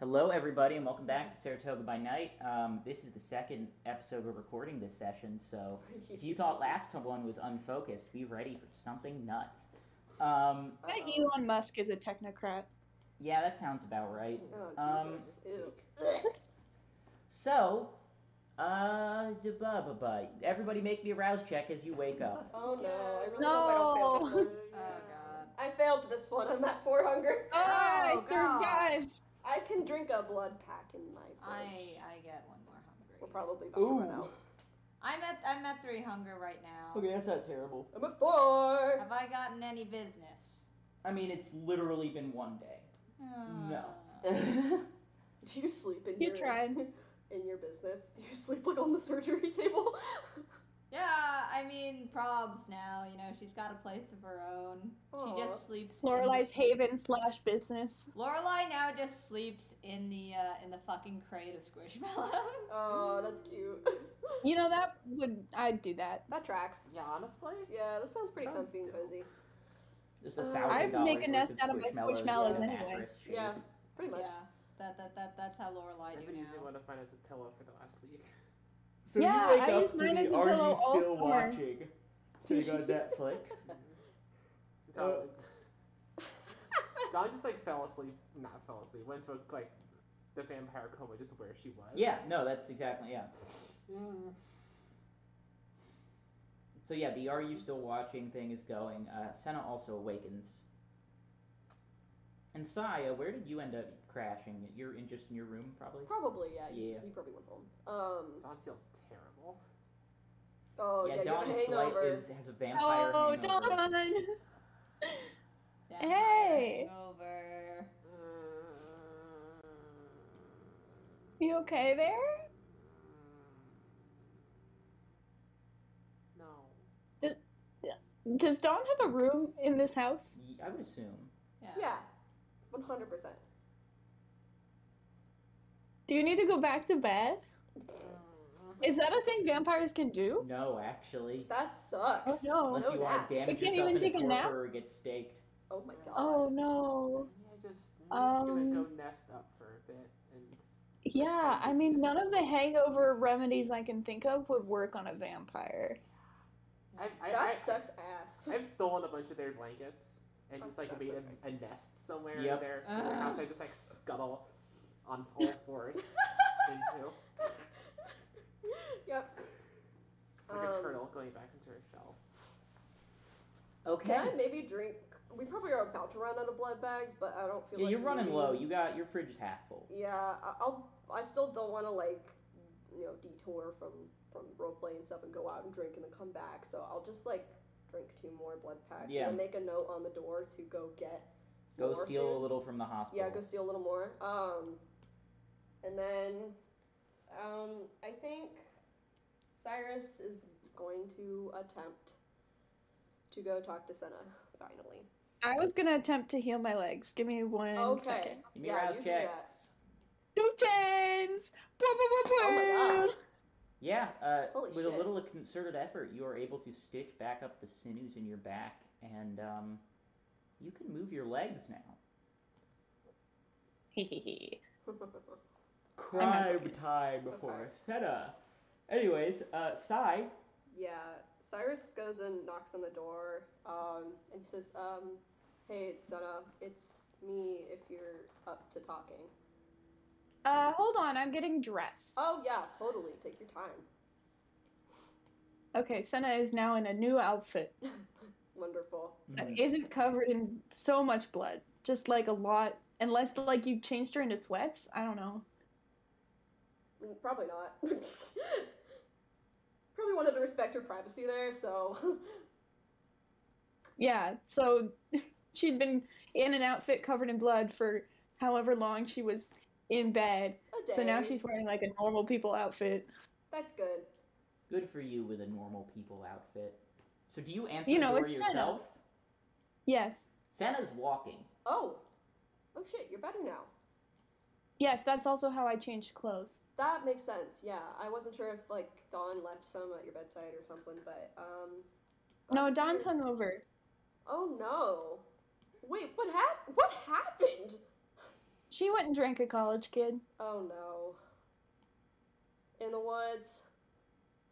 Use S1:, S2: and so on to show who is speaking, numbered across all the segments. S1: Hello, everybody, and welcome back to Saratoga by Night. Um, this is the second episode we're recording this session, so if you thought last one was unfocused, be ready for something nuts. Um,
S2: I bet
S3: Uh-oh.
S2: Elon Musk is a technocrat.
S1: yeah, that sounds about right.
S3: Oh,
S1: Um,
S3: Jesus. Ew.
S1: So, uh, da-ba-ba-ba. everybody make me a rouse check as you wake up.
S3: Oh no, I really
S2: No.
S3: hope I don't fail this one.
S4: Oh god.
S3: I failed this one. I'm at four hunger.
S2: Oh, I
S4: God.
S2: survived!
S3: I can drink a blood pack in my fridge.
S4: I I get one more hungry.
S3: We're probably about to run out.
S4: I'm at I'm at three hunger right now.
S1: that's not terrible.
S3: I'm at four.
S4: Have I gotten any business?
S1: I mean, it's literally been one day.
S4: Uh,
S3: Do you sleep in
S2: You
S3: your
S2: tried.
S3: in your business? Do you sleep like on the surgery table?
S4: yeah, I mean probs now, you know, she's got a place of her own. She just sleeps in-
S2: Lorelei's haven slash business.
S4: Lorelai now just sleeps in the uh, in the fucking crate of squishmallows.
S3: Oh, that's cute.
S2: You know, that would. I'd do that.
S3: that tracks.
S4: Yeah, honestly.
S3: Yeah, that sounds pretty
S4: Sounds
S3: comfy and cozy.
S1: There's a
S3: Uh,
S1: thousand
S3: I'd
S2: make
S1: dollars
S2: a nest
S1: worth of
S2: out of my
S1: squishmallows
S3: squishmallows
S1: in a
S2: anyway.
S1: mattress shape.
S3: Yeah, pretty much.
S4: Yeah. That, that, that, that's how Lorelai
S5: I
S4: do
S5: have an easy
S4: now.
S5: one to find as a pillow for the last week.
S1: So
S2: Yeah,
S1: you wake
S2: I
S1: up
S2: use
S1: to
S2: mine
S1: the
S2: as a
S1: Are
S2: pillow
S1: You
S2: all
S1: Still
S2: summer.
S1: Watching? Take on Netflix.
S5: Dog, Dog just like fell asleep, not fell asleep, went to a, like the vampire coma, just where she was.
S1: Yeah, no, that's exactly yeah.
S5: Mm.
S1: So yeah, the Are You Still Watching thing is going. Uh, Senna also awakens. And Saya, where did you end up crashing? You're in just in your room, probably.
S3: Probably, yeah. You,
S1: Yeah.
S3: you probably went home. Um.
S5: Dog feels terrible.
S3: Oh yeah,
S1: Dawn
S3: you
S1: is,
S3: had a
S1: slight,
S3: hangover.
S1: is has a vampire
S2: Oh,
S1: hangover.
S2: Don!
S4: Vampire
S2: Hey!
S4: Over.
S5: Uh,
S2: You okay there?
S5: No.
S2: Does Don have a room in this house?
S1: Ye- I would assume.
S3: Yeah, one hundred percent.
S2: Do you need to go back to bed? Is that a thing vampires can do?
S1: No, actually.
S3: That sucks.
S2: Oh no.
S1: Unless
S3: no
S1: you want
S3: naps.
S1: to damage
S2: We can't
S1: yourself
S2: even
S1: in
S2: take
S1: a
S2: a
S1: torpor
S2: nap?
S1: or get staked.
S3: Oh my god.
S2: Oh no.
S5: Yeah, just I'm just
S2: Um,
S5: gonna go nest up for a bit and
S2: Yeah, I mean, none of the hangover remedies I can think of would work on a vampire.
S5: I, I,
S3: that
S5: I,
S3: sucks ass.
S5: I've stolen a bunch of their blankets and just like
S3: That's
S5: made
S3: okay.
S5: a, a nest somewhere
S1: Yep.
S5: in their, in their house. I just like scuttle on all fours into
S3: yep.
S5: it's like a
S3: Um,
S5: turtle going back into her shell.
S1: Okay.
S3: Can I maybe drink? We probably are about to run out of blood bags, but I don't feel
S1: Yeah,
S3: like
S1: you're running
S3: eating.
S1: low. You got your fridge is half full.
S3: Yeah, I- I'll. I still don't want to like, you know, detour from from roleplay and stuff and go out and drink and then come back. So I'll just like drink two more blood packs
S1: Yeah.
S3: and make a note on the door to go get.
S1: Go
S3: more
S1: steal
S3: soon.
S1: a little from the hospital.
S3: Yeah, go steal a little more. Um, and then, um, I think Cyrus is going to attempt to go talk to Senna finally.
S2: I was gonna attempt to heal my legs. Give me one second.
S3: okay.
S1: Give me
S3: Yeah,
S1: rouse
S3: you do
S1: checks.
S3: that.
S2: Two chains! Blah, blah, blah,
S3: Oh my
S2: blah.
S3: God.
S1: Yeah, uh,
S3: Holy
S1: with a
S3: shit.
S1: little concerted effort, you are able to stitch back up the sinews in your back, and um, you can move your legs now.
S2: Hehehe.
S1: Crime time
S3: for
S1: Senna. Anyways, uh, Sai.
S3: yeah, Cyrus goes and knocks on the door, um, and he says, um, "Hey, Senna, it's me. If you're up to talking."
S2: Uh, hold on, I'm getting dressed.
S3: Oh yeah, totally. Take your time.
S2: Okay, Senna is now in a new outfit
S3: Wonderful.
S1: hmm,
S2: that isn't covered in so much blood. Just like a lot, unless like you changed her into sweats. I don't know.
S3: Mm, Probably not. Probably wanted to respect her privacy there, so
S2: Yeah, so she'd been in an outfit covered in blood for however long she was in bed.
S3: a day.
S2: So now she's wearing like a normal people outfit.
S3: that's good.
S1: Good for you with a normal people outfit. So do you answer
S2: You
S1: the
S2: know,
S1: door
S2: it's Senna.
S1: yourself?
S2: Yes.
S1: Senna's walking.
S3: Oh, oh shit, you're better now.
S2: Yes, that's also how I changed clothes.
S3: That makes sense. Yeah, I wasn't sure if like Dawn left some at your bedside or something, but um.
S2: No,
S3: that's
S2: Don's
S3: weird.
S2: hungover.
S3: Oh no! Wait, what hap- What happened?
S2: She went and drank a college kid.
S3: Oh no. In the woods.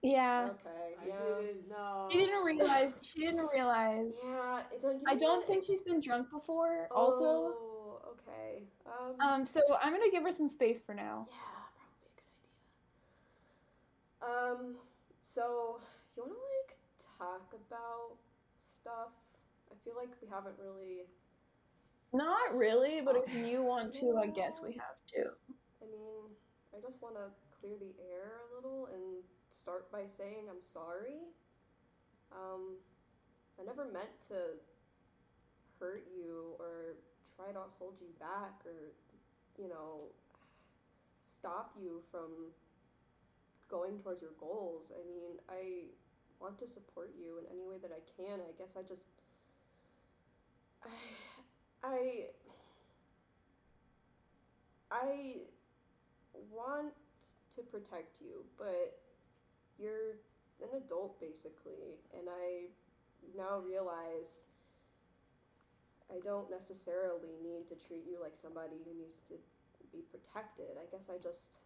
S2: Yeah.
S3: Okay.
S5: I
S3: Yeah.
S5: didn't know.
S2: She didn't realize. She didn't realize.
S3: Yeah. it- don't- you
S2: I
S3: know
S2: don't
S3: what?
S2: think she's been drunk before. Also,
S3: Oh, okay. Um,
S2: um, so I'm gonna give her some space for now.
S3: Yeah, probably a good idea. Um, so you wanna like talk about stuff? I feel like we haven't really.
S2: Not really, but if you want to, I guess we have to.
S3: I mean, I just wanna clear the air a little and start by saying I'm sorry. Um, I never meant to hurt you or try to hold you back or, you know, stop you from going towards your goals. I mean, I want to support you in any way that I can. I guess I just I I I want to protect you, but you're an adult basically, and I now realize I don't necessarily need to treat you like somebody who needs to be protected. I guess I just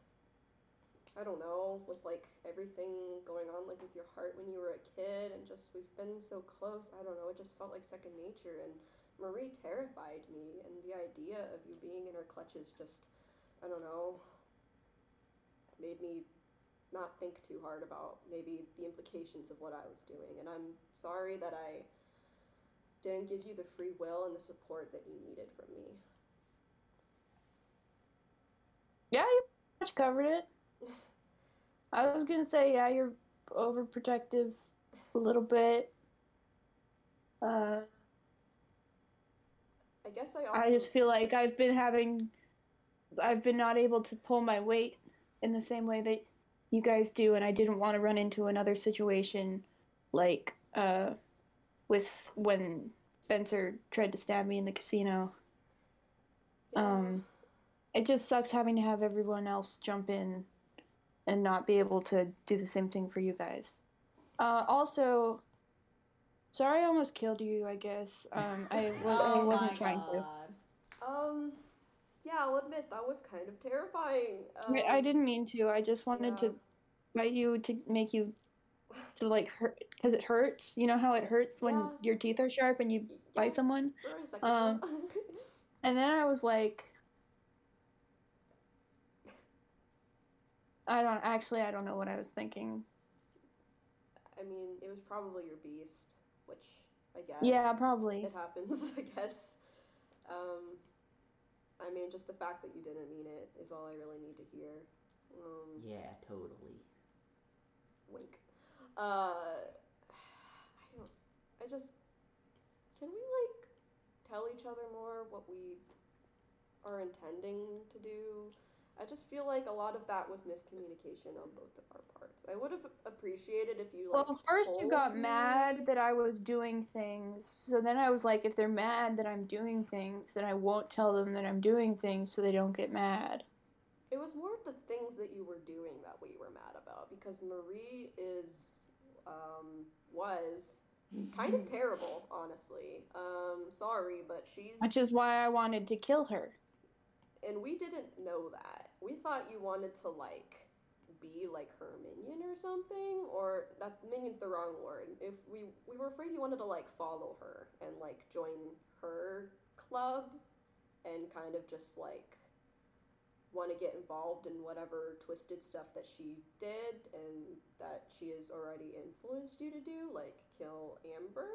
S3: I don't know, with like everything going on like with your heart when you were a kid and just we've been so close, I don't know, it just felt like second nature and Marie terrified me and the idea of you being in her clutches just I don't know made me not think too hard about maybe the implications of what I was doing and I'm sorry that I didn't give you the free will and the support that you needed from me.
S2: Yeah, you pretty much covered it. I was gonna say, yeah, you're overprotective a little bit. Uh,
S3: I guess I also
S2: I just feel like I've been having, I've been not able to pull my weight in the same way that you guys do, and I didn't want to run into another situation like uh, with when Spencer tried to stab me in the casino. Um, it just sucks having to have everyone else jump in and not be able to do the same thing for you guys. Uh, also, sorry I almost killed you, I guess. Um, I, was, I
S4: oh
S2: wasn't
S4: my
S2: trying to.
S4: God.
S3: Um, yeah, I'll admit that was kind of terrifying. Um,
S2: I, I didn't mean to. I just wanted
S3: yeah.
S2: to bite you to make you to like hurt because it hurts. You know how it hurts when
S3: Yeah.
S2: your teeth are sharp and you
S3: y- yeah,
S2: bite someone.
S3: for a second.
S2: um, And then I was like, I don't actually. I don't know what I was thinking.
S3: I mean, it was probably your beast, which I guess.
S2: Yeah, probably.
S3: It happens, Uh, I guess. Um, I mean, just the fact that you didn't mean it is all I really need to hear. Um,
S1: Yeah, totally.
S3: wink. Uh, I don't. I just. Can we like tell each other more what we are intending to do? I just feel like a lot of that was miscommunication on both of our parts. I would have appreciated if you like.
S2: Well, first you
S3: told
S2: got
S3: me-
S2: mad that I was doing things. So then I was like, if they're mad that I'm doing things, then I won't tell them that I'm doing things so they don't get mad.
S3: It was more the things that you were doing that we were mad about because Marie is um, was kind of terrible, honestly. Um, sorry, but she's
S2: Which is why I wanted to kill her.
S3: and we didn't know that. We thought you wanted to like be like her minion or something, or that minion's the wrong word. If we we were afraid you wanted to like follow her and like join her club and kind of just like want to get involved in whatever twisted stuff that she did and that she has already influenced you to do, like kill Amber.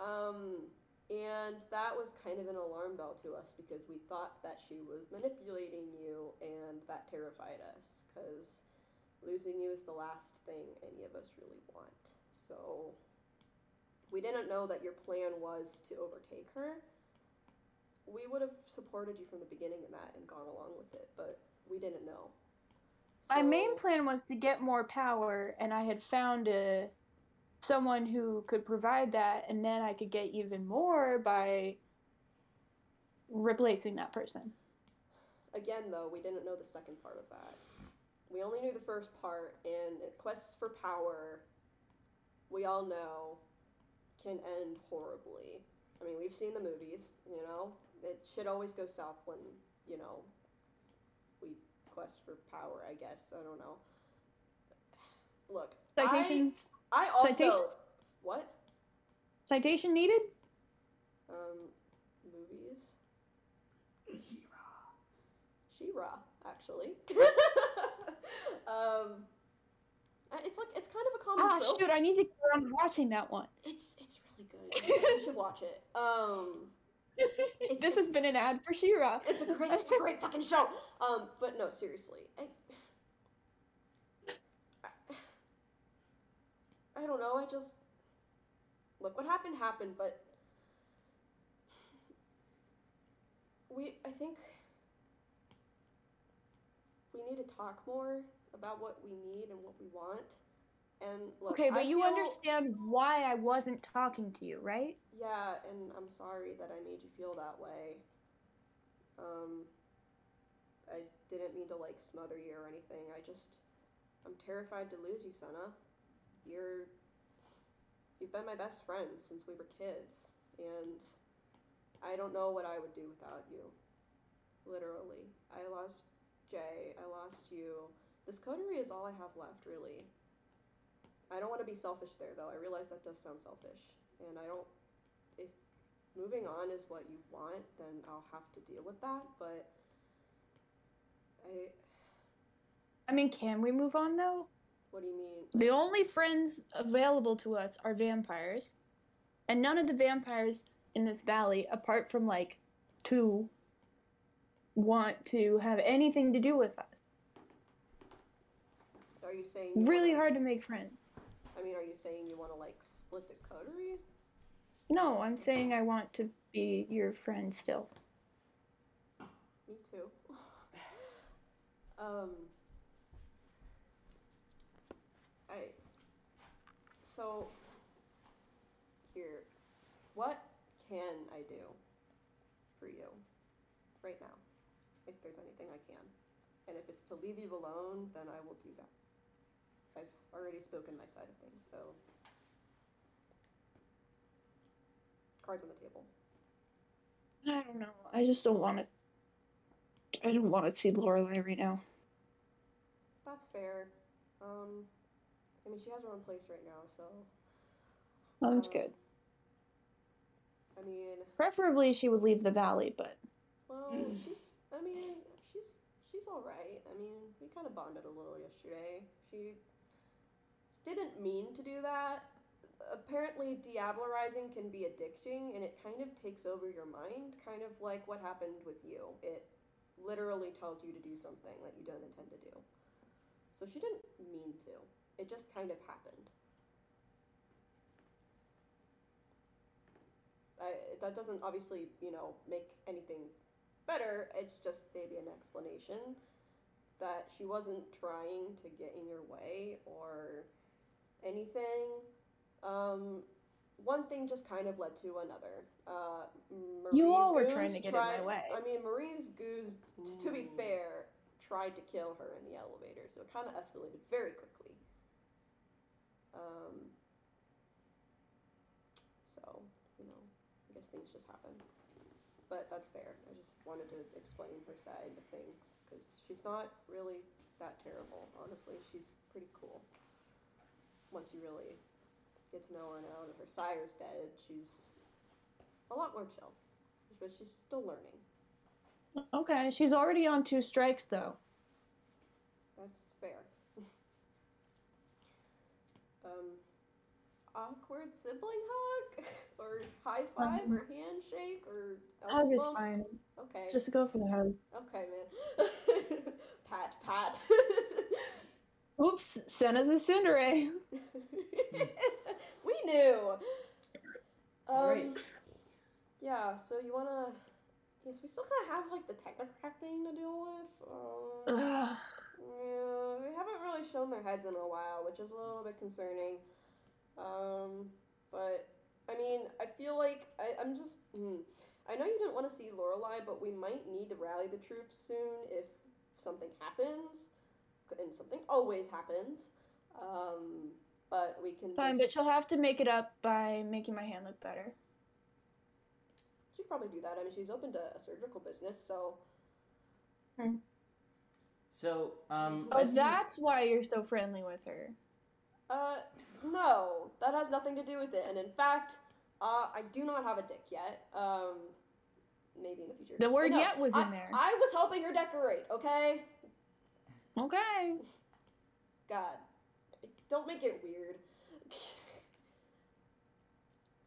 S3: Um, and that was kind of an alarm bell to us because we thought that she was manipulating you, and that terrified us because losing you is the last thing any of us really want. So we didn't know that your plan was to overtake her. We would have supported you from the beginning in that and gone along with it, but we didn't know.
S2: My
S3: So-
S2: main plan was to get more power, and I had found a someone who could provide that, and then I could get even more by replacing that person.
S3: Again, though, we didn't know the second part of that. We only knew the first part, and quests for power, we all know, can end horribly. I mean, we've seen the movies, you know? It should always go south when you know, we quest for power, I guess. I don't know. Look,
S2: Citations.
S3: I, I also
S2: citations?
S3: what?
S2: Citation needed.
S3: Um, movies.
S5: She-Ra.
S3: She-Ra, actually. um, I- it's like it's kind of a common
S2: Ah,
S3: trope.
S2: shoot! I need to get around watching that one.
S3: It's it's really good. you should watch it. Um, It's-
S2: this has been an ad for Shira.
S3: it's a great it's a great fucking show. Um, but no, seriously, I, I, I don't know. I just look what happened happened, but we I think we need to talk more about what we need and what we want. And look,
S2: Okay, but
S3: I
S2: you
S3: feel-
S2: understand why I wasn't talking to you, right?
S3: Yeah, and I'm sorry that I made you feel that way. Um, I didn't mean to like smother you or anything. I just, I'm terrified to lose you, Senna. You're, you've been my best friend since we were kids, and I don't know what I would do without you. Literally, I lost Jay. I lost you. This coterie is all I have left, really. I don't want to be selfish there, though. I realize that does sound selfish, and I don't if moving on is what you want, then I'll have to deal with that. But I,
S2: I mean, can we move on though?
S3: what do you mean?
S2: The only friends available to us are vampires, and none of the vampires in this valley, apart from like two, want to have anything to do with us.
S3: Are you saying you
S2: Really
S3: wanna-
S2: hard to make friends.
S3: I mean, are you saying you want to like split the coterie?
S2: No, I'm saying I want to be your friend still.
S3: Me too. um, I. So. Here, what can I do for you right now? If there's anything I can, and if it's to leave you alone, then I will do that. I've already spoken my side of things, so. Cards on the table.
S2: I don't know. I just don't want to. I don't want to see Lorelai right now.
S3: That's fair. Um, I mean, she has her own place right now, so.
S2: Oh, That's
S3: um,
S2: good.
S3: I mean,
S2: Preferably, she would leave the valley, but
S3: well, she's. I mean, she's she's all right. I mean, we kind of bonded a little yesterday. She didn't mean to do that. Apparently, diablerizing can be addicting, and it kind of takes over your mind, kind of like what happened with you. It literally tells you to do something that you don't intend to do. So she didn't mean to. It just kind of happened. I, that doesn't obviously, you know, make anything better. It's just maybe an explanation that she wasn't trying to get in your way or anything. Um, one thing just kind of led to another. Uh,
S2: You all
S3: Marie's
S2: were trying
S3: goose
S2: to get in my
S3: tried-
S2: way.
S3: I mean, Marie's goose, t- to be
S5: Ooh.
S3: fair, tried to kill her in the elevator, so it kind of escalated very quickly. Um, so, you know, I guess things just happen. But that's fair. I just wanted to explain her side of things because she's not really that terrible, honestly. She's pretty cool. Once you really get to know her now that her sire's dead, she's a lot more chill. But she's still learning.
S2: okay. She's already on two strikes, though.
S3: That's fair. um, awkward sibling hug or high five or handshake or
S2: Um, Hug is
S3: elbow bump?
S2: fine.
S3: Okay.
S2: Just go for the hug.
S3: Okay, man. pat, pat.
S2: Oops, Senna's a Cinderay.
S3: we knew. Um,
S1: All right.
S3: Yeah. So you wanna? Yes, we still kind of have like the technocrat thing to deal with. Um,
S2: Ugh.
S3: Yeah, they haven't really shown their heads in a while, which is a little bit concerning. Um, but I mean, I feel like I, I'm just. Mm, I know you didn't want to see Lorelai, but we might need to rally the troops soon if something happens, and something always happens. Um, but we can.
S2: Fine, but
S3: just,
S2: she'll have to make it up by making my hand look better.
S3: she'd probably do that. I mean, she's opened a, a surgical business, so
S2: Hmm.
S1: So, um,
S2: Oh,
S1: let's move-
S2: that's why you're so friendly with her.
S3: Uh, no, that has nothing to do with it. And in fact, uh, I do not have a dick yet. Um, maybe in the future.
S2: The word
S3: But Oh, no,
S2: yet was
S3: I,
S2: in there.
S3: I was helping her decorate. Okay,
S2: okay.
S3: God, don't make it weird.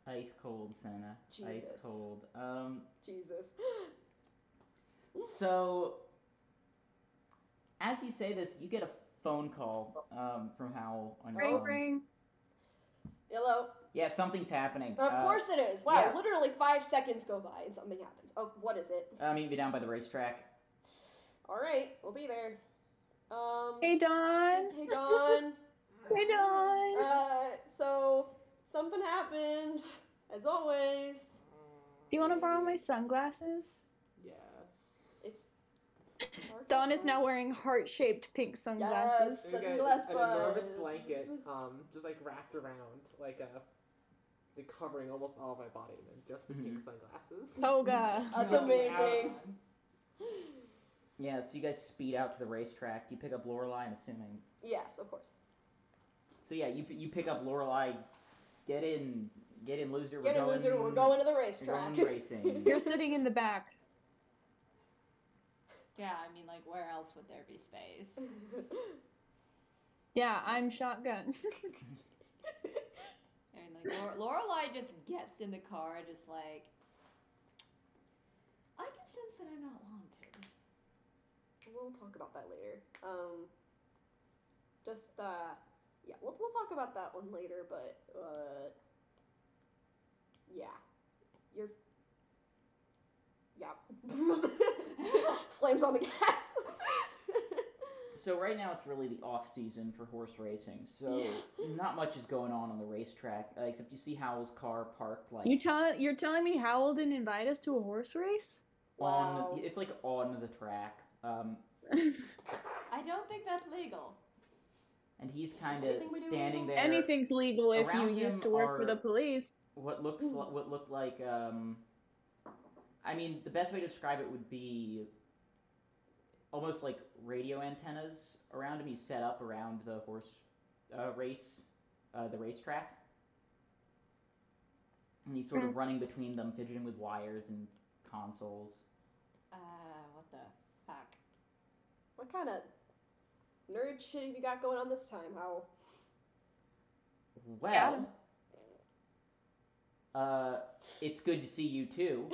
S1: ice cold, Senna. Ice
S3: Jesus.
S1: cold. Um,
S3: Jesus.
S1: so, as you say this, you get a phone call um, from Howell on your
S2: Ring,
S1: phone.
S2: ring.
S3: Hello.
S1: Yeah, something's happening.
S3: Of
S1: Uh,
S3: course it is. Wow,
S1: yeah.
S3: literally five seconds go by and something happens. Oh, what is it?
S1: I mean, you'd be down by the racetrack.
S3: All right, we'll be there. Um.
S2: Hey, Dawn.
S3: Hey, Dawn.
S2: Hey, Dawn.
S3: uh, so something happened, as always.
S2: Do you want to borrow my sunglasses?
S5: Mm. Yes.
S3: It's.
S2: Dawn is now wearing heart-shaped pink sunglasses.
S3: Yes.
S5: And you
S3: Sunglass
S5: got an enormous
S3: buns.
S5: blanket, um, just like wrapped around, like a, like, covering almost all of my body, and then just the pink sunglasses.
S2: Toga.
S3: That's
S5: Looking
S3: amazing.
S5: out.
S1: Yeah, so you guys speed out to the racetrack. You pick up Lorelai, I'm assuming.
S3: Yes, of course.
S1: So yeah, you you pick up Lorelai. Get in, get in, loser.
S3: Get
S1: we're
S3: it,
S1: going,
S3: loser. We're going to the
S1: we're
S3: racetrack.
S1: going racing.
S2: You're sitting in the back.
S4: Yeah, I mean, like, where else would there be space?
S2: Yeah, I'm shotgun.
S4: I mean, like, Lore- Lorelai just gets in the car, and just like, I can sense that I'm not wanted.
S3: we'll talk about that later. Um. Just uh, yeah, we'll we'll talk about that one later, but uh, yeah, you're. Yeah. Slams on the gas.
S1: so right now it's really the off season for horse racing. So not much is going on on the racetrack uh, except you see Howell's car parked like
S2: You tell you're telling me Howell didn't invite us to a horse race?
S1: on.
S3: Wow.
S1: It's like on the track. Um,
S4: I don't think that's legal.
S1: and he's kind of
S3: Anything we do
S1: standing
S3: illegal?
S1: there.
S2: Anything's legal if you
S1: Around him
S2: used to work for
S1: are-
S2: the police.
S1: What looks li- what looked like. Um, I mean, the best way to describe it would be almost like radio antennas around him. He's set up around the horse uh, race, uh, the racetrack, and he's sort of running between them, fidgeting with wires and consoles.
S4: Uh, what the fuck?
S3: What kind of nerd shit have you got going on this time, Howell?
S1: Well, uh, it's good to see you too.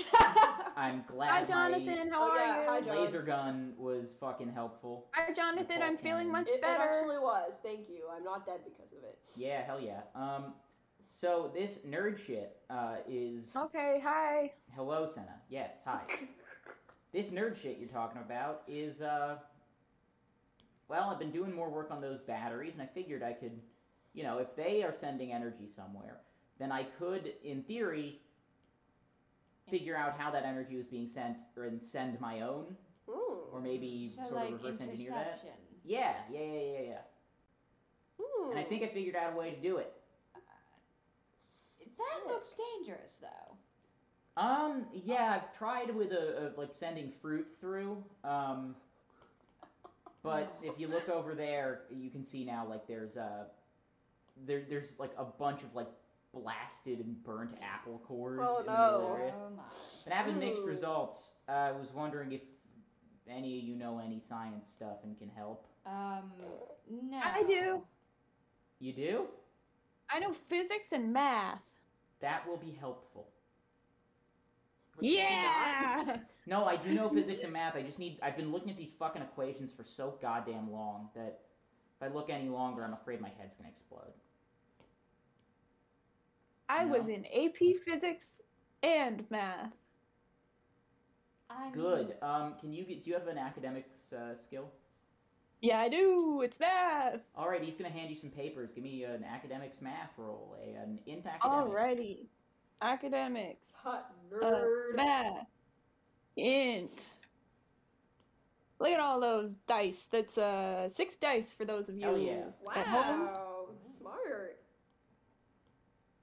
S1: I'm
S2: Hi
S1: glad my
S2: Jonathan, how
S3: Oh,
S2: are
S3: yeah, hi,
S2: you?
S3: Jonathan.
S1: laser gun was fucking helpful.
S2: Hi Jonathan,
S1: Paul's
S2: I'm feeling
S1: fine.
S2: much
S3: it, it
S2: better.
S3: actually was. Thank you. I'm not dead because of it.
S1: Yeah, hell yeah. Um, so this nerd shit uh, is
S2: Okay, hi.
S1: hello, Senna. Yes, hi. this nerd shit you're talking about is uh, well, I've been doing more work on those batteries, and I figured I could, you know, if they are sending energy somewhere, then I could, in theory, figure out how that energy was being sent, or and send my own,
S3: Hmm.
S1: or maybe
S4: So,
S1: sort
S4: like,
S1: of reverse engineer that.
S4: interception.
S1: Yeah, yeah, yeah, yeah, yeah.
S3: Hmm.
S1: And I think I figured out a way to do it.
S4: That looks dangerous, though.
S1: Um, yeah, I've tried with a, a like sending fruit through. Um, but if you look over there, you can see now like there's a there there's like a bunch of like blasted and burnt apple cores
S3: Oh,
S1: in the middle
S3: no.
S1: area.
S4: Oh my.
S1: And having mixed
S3: Ooh.
S1: results, I was wondering if any of you know any science stuff and can help.
S4: Um, no.
S2: I do.
S1: You do?
S2: I know physics and math.
S1: That will be helpful.
S5: But you
S2: Yeah.
S1: No, I do know physics and math. I just need. I've been looking at these fucking equations for so goddamn long that if I look any longer, I'm afraid my head's gonna explode.
S2: I
S1: No.
S2: was in AP physics and math.
S4: I mean,
S1: Good. Um, can you get? Do you have an academics uh, skill?
S2: Yeah, I do. It's math.
S1: All right, he's gonna hand you some papers. Give me an academics math roll. A, an int academics.
S2: Alrighty. Academics.
S3: Hot
S2: Uh,
S3: nerd.
S2: math. Int. Look at all those dice. That's uh six dice for those of you.
S1: Oh, yeah.
S2: at home.
S3: wow. Smart.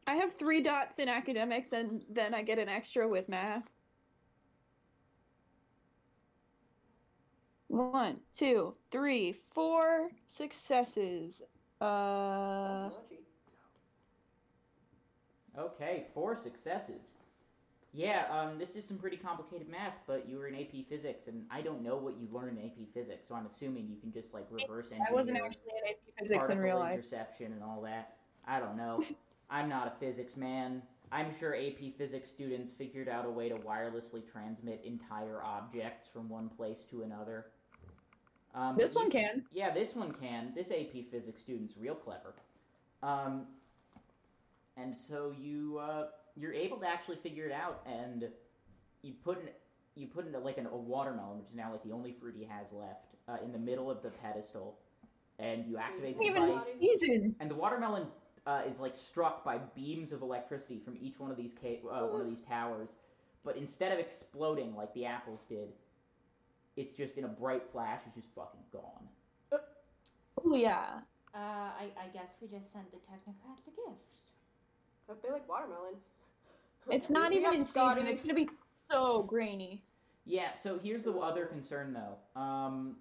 S2: I have three dots in academics, and then I get an extra with math. One, two, three, four successes. Uh,
S3: That's Mochi.
S1: Okay, four successes. Yeah, um, this is some pretty complicated math, but you were in AP Physics, and I don't know what you learned in AP Physics, so I'm assuming you can just like reverse engineer
S2: I wasn't actually in AP physics in
S1: particle
S2: real life.
S1: interception and all that. I don't know. I'm not a physics man. I'm sure AP Physics students figured out a way to wirelessly transmit entire objects from one place to another. Um,
S2: This
S1: but you-
S2: one can.
S1: yeah, this one can. This AP Physics student's real clever. Um, and so you uh, you're able to actually figure it out, and you put an, you put in like an, a watermelon, which is now like the only fruit he has left, uh, in the middle of the pedestal, and you activate the
S3: Even
S1: device,
S3: body.
S2: season.
S1: and the watermelon uh, is like struck by beams of electricity from each one of these ca- uh, one of these towers, but instead of exploding like the apples did, it's just in a bright flash, it's just fucking gone.
S2: Oh yeah.
S4: Uh, I, I guess we just sent the technocrats a gift.
S3: But They like watermelons.
S2: It's not
S3: We
S2: even
S3: have
S2: in
S3: Scotty.
S2: season. It's gonna be so grainy.
S1: Yeah, so here's the other concern though. Um,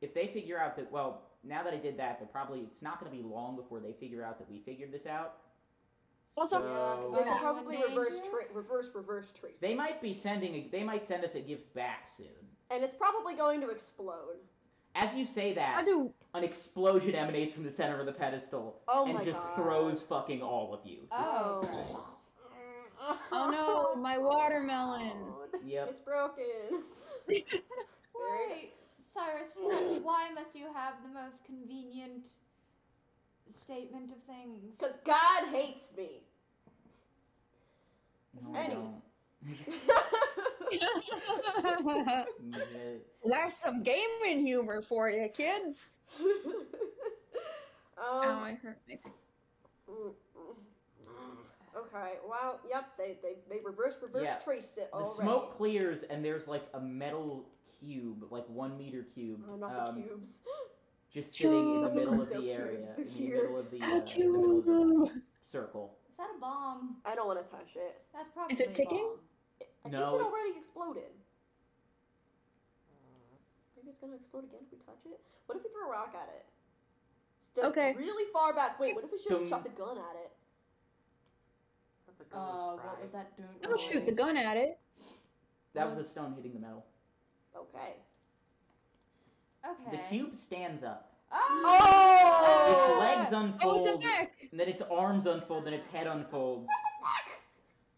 S1: if they figure out that, well, now that I did that, they're probably, it's not going to be long before they figure out that we figured this out.
S2: Also-
S3: Yeah, because
S1: So-
S3: they
S4: Yeah.
S3: could probably
S4: Would they
S3: reverse
S4: do?
S3: tra- reverse reverse trace.
S1: they might be sending, a, they might send us a gift back soon.
S3: and it's probably going to explode.
S1: As you say
S2: I
S1: that,
S2: do.
S1: an explosion emanates from the center of the pedestal
S3: Oh
S1: and
S3: my
S1: just
S3: god. Uh,
S1: throws fucking all of you. Just-
S4: Oh.
S2: Oh no, my watermelon.
S1: Yep.
S3: It's broken.
S4: Why, Cyrus? Why, why must you have the most convenient statement of things?
S3: Because God hates me.
S1: No,
S3: Anyway.
S1: don't. Yeah.
S2: That's some gaming humor for you, kids.
S3: um,
S2: hurt Oh my face.
S3: mm, mm. okay. Well, yep. They they they reverse reverse
S1: Yeah.
S3: traced it
S1: The
S3: already.
S1: smoke clears and there's like a metal cube, like one meter cube,
S3: Oh, not the
S1: um,
S3: cubes.
S1: just sitting in the
S2: Cube.
S1: middle of
S3: No
S1: the area,
S3: cubes, they're
S1: in the
S3: here.
S1: middle of the, uh,
S2: I
S1: in the middle of the
S2: do.
S1: circle.
S4: Is that a bomb?
S3: I don't want to touch it.
S4: That's probably
S2: Is it
S4: a
S2: ticking?
S4: bomb.
S3: I
S1: No,
S3: think it
S1: it's-
S3: already exploded. Maybe it's gonna explode again if we touch it. What if we throw a rock at it? Still
S2: Okay.
S3: really far back. Wait, what if we should have
S1: Dum.
S3: shot the gun at it?
S5: That's a
S1: Oh,
S5: good
S4: Uh,
S5: surprise.
S4: what was that doing?
S2: I'll Oh, shoot the gun at it.
S1: That was
S4: Um,
S1: the stone hitting the metal.
S3: Okay.
S4: Okay.
S1: The cube stands up.
S5: Oh!
S1: Its
S4: Oh!
S2: Oh!
S1: legs
S2: Oh,
S1: unfold,
S2: it's a mech.
S1: and then its arms unfold, then its head unfolds.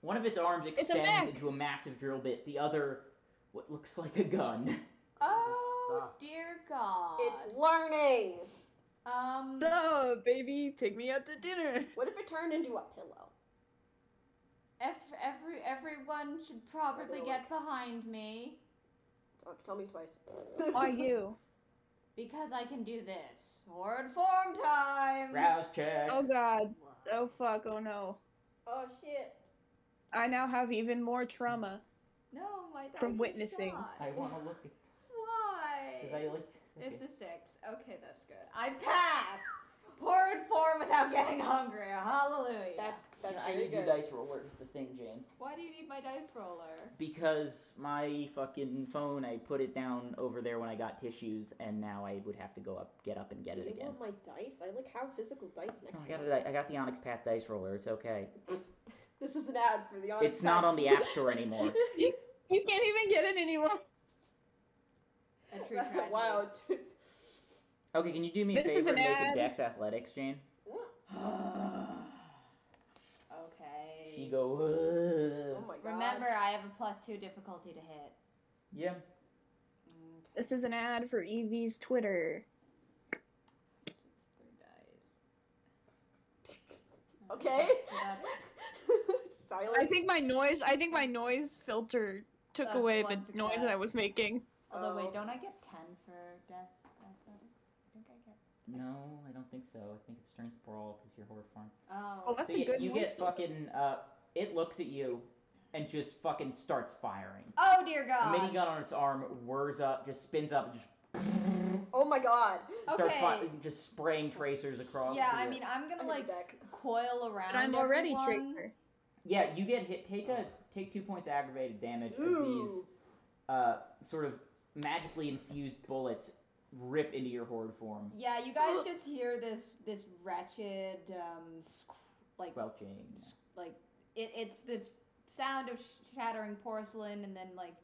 S1: One of its arms
S2: a
S1: extends
S2: mech.
S1: into a massive drill bit. The other, what looks like a gun.
S4: Oh
S5: sucks.
S4: dear God.
S3: It's learning.
S4: um.
S2: So, baby, take me out to dinner.
S3: What if it turned into a pillow?
S4: ev- every everyone should probably
S3: Everyone.
S4: get behind me
S3: Don't tell me twice.
S2: Why you?
S4: because I can do this. Word form time.
S1: Rouse check.
S2: Oh god.
S5: Wow.
S2: Oh fuck. Oh no.
S3: Oh shit.
S2: I now have even more trauma.
S4: No, my dice
S2: From
S4: is
S2: witnessing.
S4: shot.
S1: I want to look at because I
S4: Why?
S1: like.
S4: It's a six. Okay, that's good. I pass. Horrid form without getting hungry. Hallelujah.
S3: That's that's
S1: I
S3: very
S1: need your
S3: good.
S1: dice roller for the thing, Jane.
S4: Why do you need my dice roller?
S1: Because my fucking phone, I put it down over there when I got tissues, and now I would have to go up, get up, and get
S3: Do
S1: it
S3: you
S1: again. Oh,
S3: want my dice? I like have physical dice next
S1: I
S3: to
S1: got,
S3: me.
S1: it, I got the Onyx Path dice roller. It's okay.
S3: This is an ad for the Onyx.
S1: It's not on the
S3: Pact.
S1: App Store anymore.
S2: You can't even get it anymore.
S4: A true tragedy.
S3: wow, dude.
S1: Okay, can you do me a
S2: This is
S1: favor and
S2: an
S1: make
S2: ad.
S1: a Dex Athletics, Jane?
S4: okay.
S1: She go. "Ugh."
S3: Oh my god.
S4: Remember, I have a plus two difficulty to hit.
S1: Yeah.
S4: Mm,
S2: This is an ad for Evie's Twitter.
S4: three dice.
S3: Okay.
S4: That's-
S3: Silence.
S2: I think my noise. I think my noise filter took
S4: That's
S2: away the
S4: one success.
S2: noise that I was making.
S4: Although
S3: Oh.
S4: wait, don't I get ten for death? athletics? I think I get.
S1: No, I don't think so. I think it's Strength Brawl because you're horde form.
S4: Oh.
S2: Well, that's
S1: so
S2: a
S1: you,
S2: good
S1: you
S2: voice
S1: get fucking. Uh, it looks at you, and just fucking starts firing.
S4: oh dear
S1: A
S4: God.
S1: minigun on its arm whirs up, just spins up, and just
S3: Oh my god.
S1: starts fi-
S4: Okay.
S1: just spraying tracers across.
S4: Yeah,
S1: the-
S4: I mean, I'm
S3: I
S4: gonna
S3: need
S4: like
S3: a deck.
S4: coil around.
S2: But I'm already
S4: everyone.
S2: Tracer.
S1: Yeah, you get hit. Take a take two points aggravated damage as these
S3: Ooh.
S1: uh, sort of magically infused bullets rip into your horde form,
S4: Yeah, you guys just hear this this wretched um squ- like
S1: squelching.
S4: like it, it's this sound of sh- shattering porcelain and then like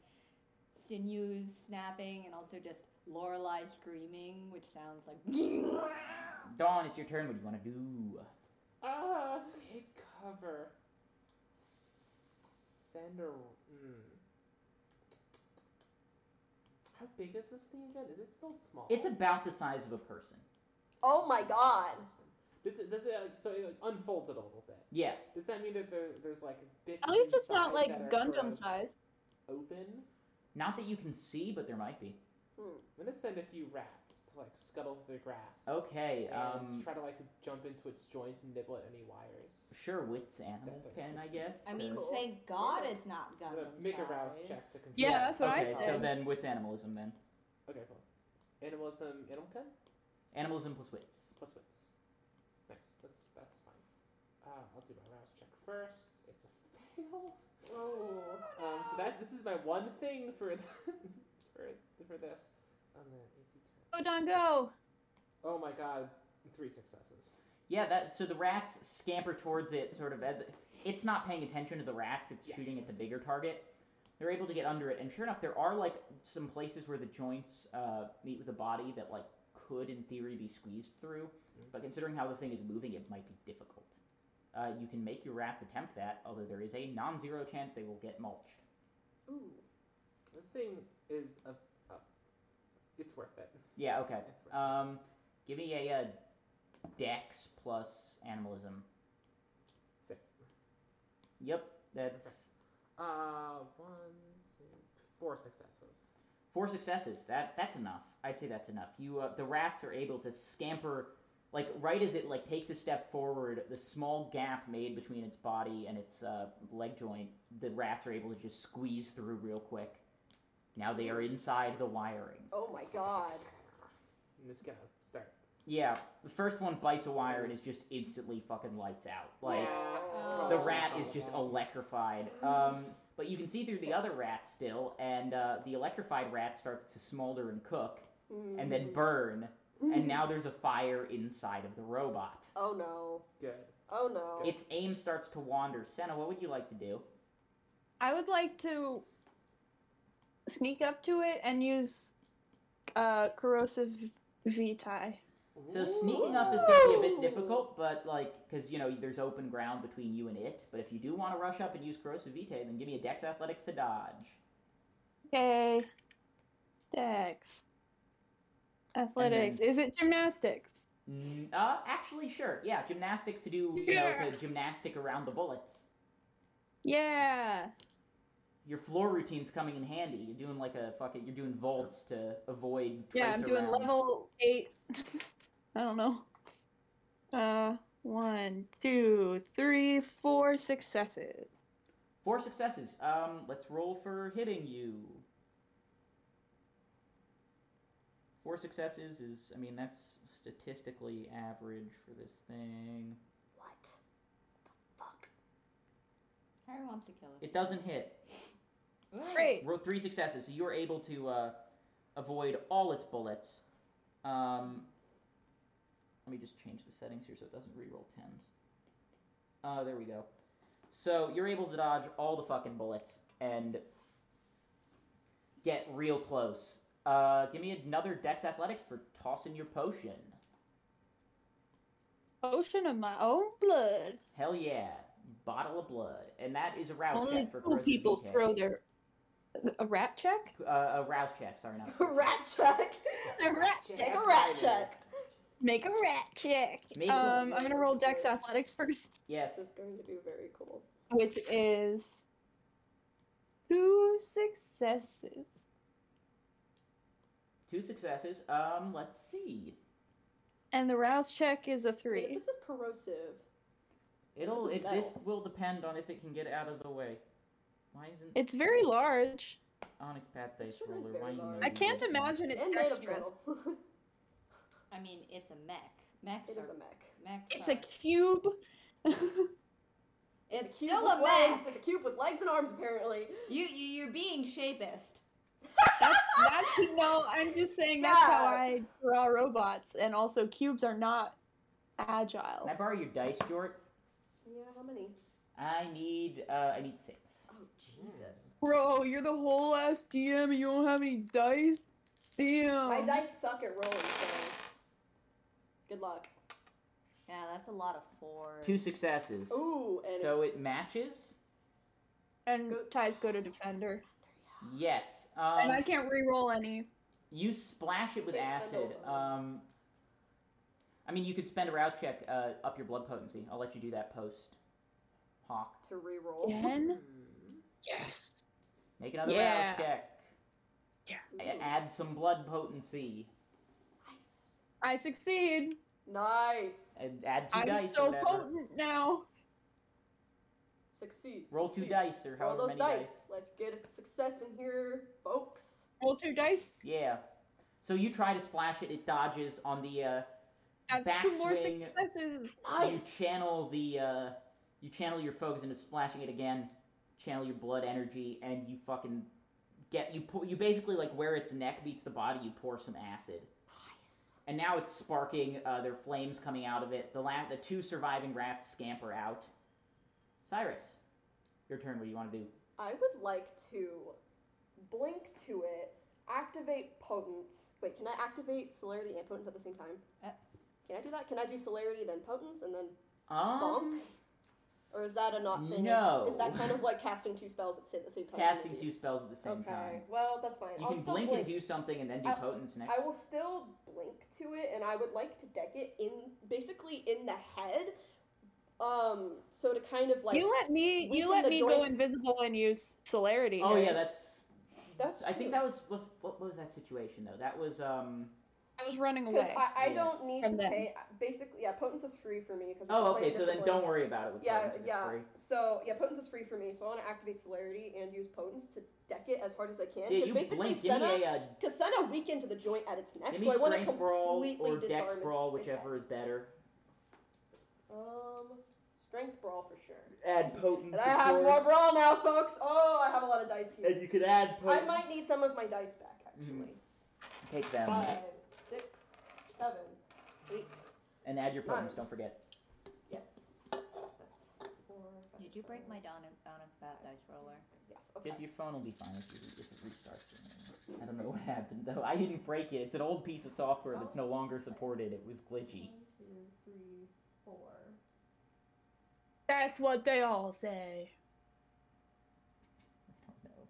S4: sinews snapping and also just Lorelei screaming, which sounds like
S1: Dawn, it's your turn. What do you want to do?
S5: Ah, take cover. Send a. Mm. How big is this thing again? Is it still small?
S1: It's about the size of a person.
S3: Oh my god.
S5: Does it, does it like, so it like unfolds it a little bit?
S1: Yeah,
S5: Does that mean that there, there's like bits?
S2: At least it's not
S5: inside
S2: like
S5: that are sort
S2: Gundam
S5: of
S2: size.
S5: Open.
S1: not that you can see, but there might be.
S5: I'm gonna send a few rats to like scuttle through the grass.
S1: Okay,
S5: And
S1: um,
S5: try to like jump into its joints and nibble at any wires.
S1: sure. Wits animal
S5: That-
S1: pen, I guess.
S4: I mean,
S1: Or-
S3: Cool.
S4: thank God it's not Gundam.
S5: I'm gonna make a rouse
S4: size.
S5: check to confirm.
S2: Yeah, that's what I
S1: okay, so
S2: said.
S1: then wits animalism then.
S5: Okay, cool. Animalism, animal pen
S1: Animalism plus wits.
S5: plus wits. Nice. That's that's fine. Uh, I'll do my rouse check first. It's a fail.
S3: Oh.
S5: Um, so that this is my one thing for for for this. Um, then
S2: Go
S5: 8, 10.
S2: Don, go!
S5: Oh my god, three successes.
S1: Yeah, that so the rats scamper towards it, sort of. At the, it's not paying attention to the rats; it's
S5: Yeah.
S1: shooting at the bigger target. They're able to get under it, and sure enough, there are like some places where the joints uh, meet with the body that like could, in theory, be squeezed through.
S5: Mhm.
S1: But considering how the thing is moving, it might be difficult. Uh, you can make your rats attempt that, although there is a non-zero chance they will get mulched.
S3: Ooh.
S5: This thing is a, a it's worth it.
S1: Yeah. Okay.
S5: It's worth
S1: Um, give me a, uh dex plus animalism.
S5: it. Sick.
S1: Yep, that's
S5: Uh, one, two, four successes.
S1: four successes that that's enough i'd say that's enough you uh, the rats are able to scamper like right as it like takes a step forward the small gap made between its body and its uh, leg joint the rats are able to just squeeze through real quick now they are inside the wiring
S3: Oh my god.
S5: I'm just gonna start.
S1: yeah the first one bites a wire and is just instantly fucking lights out like
S3: Yeah.
S1: the
S4: Oh.
S1: rat is just electrified um, but you can see through the other rats still and uh, the electrified rat starts to smolder and cook
S3: Mm.
S1: and then burn
S2: Hmm.
S1: and now there's a fire inside of the robot.
S3: Oh no.
S5: Good.
S3: Oh no.
S1: Its aim starts to wander. Senna, what would you like to do?
S2: I would like to sneak up to it and use uh, corrosive vitae.
S1: So sneaking up is going to be a bit difficult, but like, because you know there's open ground between you and it. But if you do want to rush up and use corrosive vitae, then give me a dex athletics to dodge.
S2: Okay. Dex. Athletics. Is it gymnastics?
S1: N- Uh, actually, sure, yeah, gymnastics to do you know
S2: Mm. Yeah.
S1: to gymnastic around the bullets.
S2: Yeah.
S1: Your floor routine's coming in handy. You're doing like a fucking you're doing volts to avoid.
S2: Yeah, I'm
S1: tracer
S2: doing
S1: rounds.
S2: level eight. I don't know. Uh, one, two, three, four successes.
S1: Four successes. Um, let's roll for hitting you. Four successes is, I mean, that's statistically average for this thing.
S3: What the fuck?
S4: Harry wants to kill us.
S1: It doesn't hit.
S2: Great.
S1: Roll three successes, so you're able to uh, avoid all its bullets. Um, let me just change the settings here so it doesn't reroll tens. Uh, there we go. So you're able to dodge all the fucking bullets and get real close. Uh, give me another Dex Athletics for tossing your potion.
S2: Potion of my own blood.
S1: Hell yeah, bottle of blood, and that is a rouse
S2: Only
S1: check for
S2: two
S1: corrosive
S2: people
S1: decay.
S2: throw their. A rat check?
S1: uh, a rouse check. Sorry, not a corrosive.
S3: Rat check.
S2: A rat
S3: Make
S2: check.
S3: a rat check.
S2: Make a rat check.
S1: Make a
S2: um,
S3: rat
S2: I'm gonna roll Dex
S3: check.
S2: Athletics first,
S1: Yes.
S3: This is going to be very cool.
S2: which is two successes.
S1: Two successes. Um, let's see.
S2: And the rouse check is a
S3: Wait,
S2: three.
S3: This is corrosive.
S1: It'll
S3: This is
S1: it, this
S3: metal.
S1: will depend on if it can get out of the way. Why isn't
S2: It's very large.
S1: Onyx Path Base
S3: sure is
S1: Roller?
S3: very
S1: Why you
S3: large.
S1: know
S2: I
S1: you
S2: can't
S1: did that?
S2: imagine it's
S3: and made
S2: dexterous.
S3: of metal.
S4: I mean, it's a mech. Mechs
S3: it is
S4: are
S3: a mech.
S4: mechs
S2: It's
S4: are,
S2: a cube.
S4: it's,
S3: a cube
S4: still
S3: with
S4: a
S3: legs.
S4: mech.
S3: It's a cube with legs and arms apparently.
S4: You, you you're being shapist.
S2: That's that's no. I'm just saying that's how
S3: Yeah.
S2: I draw robots, and also cubes are not
S1: Can
S2: agile.
S1: I borrow your dice, Jort?
S3: Yeah, how many?
S1: I need uh, I need six.
S3: Oh Jesus!
S2: Bro, you're the whole ass DM, and you don't have any dice. Damn.
S1: Um,
S3: My dice suck at rolling, so good luck.
S4: Yeah, that's a lot of fours.
S1: Two successes.
S3: Ooh, and
S1: So it matches.
S2: and
S3: Go-
S2: ties go to defender,
S1: Yes.
S2: and I
S1: Um,
S2: can't re-roll any.
S1: you splash it with
S3: Can't spend
S1: acid.
S3: all of
S1: Um, I mean, you could spend a rouse check uh, up your blood potency. I'll let you do that post. Hawk,
S3: to re-roll.
S2: Ten.
S5: Hmm.
S2: Yes.
S1: make another
S2: Yeah.
S1: rouse check.
S3: Ooh,
S1: A- Add some blood potency.
S3: nice.
S2: I succeed.
S3: Nice.
S1: And add 2
S2: I'm
S1: dice. or
S2: so
S1: whatever.
S2: potent now.
S3: Succeed.
S1: Roll two
S3: succeed.
S1: dice or
S3: Roll
S1: however
S3: those
S1: many
S3: dice. Let's get a success in here, folks.
S2: Roll two dice.
S1: Yeah. So you try to splash it. It dodges on the. Uh,
S2: That's two more
S1: Backswing.
S2: successes.
S1: You channel the uh, you channel your focus into splashing it again, channel your blood energy, and you fucking get you pour, you basically like where its neck meets the body, you pour some acid,
S3: Nice.
S1: and now it's sparking. Uh, there are flames coming out of it. The la- the two surviving rats scamper out. Cyrus, your turn. What do you want to do?
S3: I would like to blink to it, activate potence. Wait, can I activate celerity and potence at the same time?
S4: Uh.
S3: Can I do that? Can I do celerity then potence and then
S1: Um,
S3: bump? Or is that a not thing?
S1: no.
S3: Is that kind of like casting two spells at sa- the same time?
S1: casting two spells at the same
S3: Okay.
S1: time.
S3: Well, that's fine.
S1: You
S3: I'll
S1: can
S3: still
S1: blink,
S3: blink.
S1: and do something, and then do
S3: I-
S1: potence next.
S3: I will still blink to it, and I would like to deck it in basically in the head. Um, so to kind of like
S2: you let me.
S3: weaken
S2: You let
S3: the
S2: me go
S3: joint-
S2: invisible and use celerity.
S1: Oh
S2: right?
S1: yeah, that's
S3: that's.
S1: I think
S3: true.
S1: that was was what was that situation though? That was um
S2: I was running
S3: Because
S2: away.
S3: I, I
S1: Yeah.
S3: don't need
S2: From
S3: to
S2: them.
S3: pay. Basically, yeah, potence is free for me. Because
S1: oh okay, so then don't worry about it. With
S3: Yeah,
S1: buttons, it's
S3: yeah.
S1: free.
S3: So yeah, potence is free for me. So I want to activate celerity and use potence to deck it as hard as I can.
S1: So, yeah,
S3: Because
S1: you
S3: basically,
S1: blink. Give
S3: Senna,
S1: me a uh,
S3: Because Senna weakened to the joint at its neck,
S1: give
S3: so
S1: me
S3: I want to
S1: strength brawl
S3: completely
S1: or
S3: disarm
S1: dex
S3: its-
S1: brawl,
S3: its
S1: whichever is better.
S3: head. Um, strength brawl for sure.
S1: Add potence.
S3: And I have more brawl now, folks. Oh, I have a lot of dice here.
S1: you Mm-hmm. could add
S3: I might need some of my dice back, actually.
S1: Take them
S3: Five, six, seven, eight.
S1: and add your potence.
S3: nine.
S1: Don't forget.
S3: Yes. That's four, five,
S4: Did you break
S3: seven,
S4: my down and balance bat dice roller?
S3: Yes.
S1: Just
S3: Okay.
S1: your phone will be fine if, you, if it restarts. I don't know what happened though. I didn't break it. It's an old piece of software that's no longer supported. It was glitchy.
S3: two, three, four.
S2: That's what they all say.
S1: I don't know.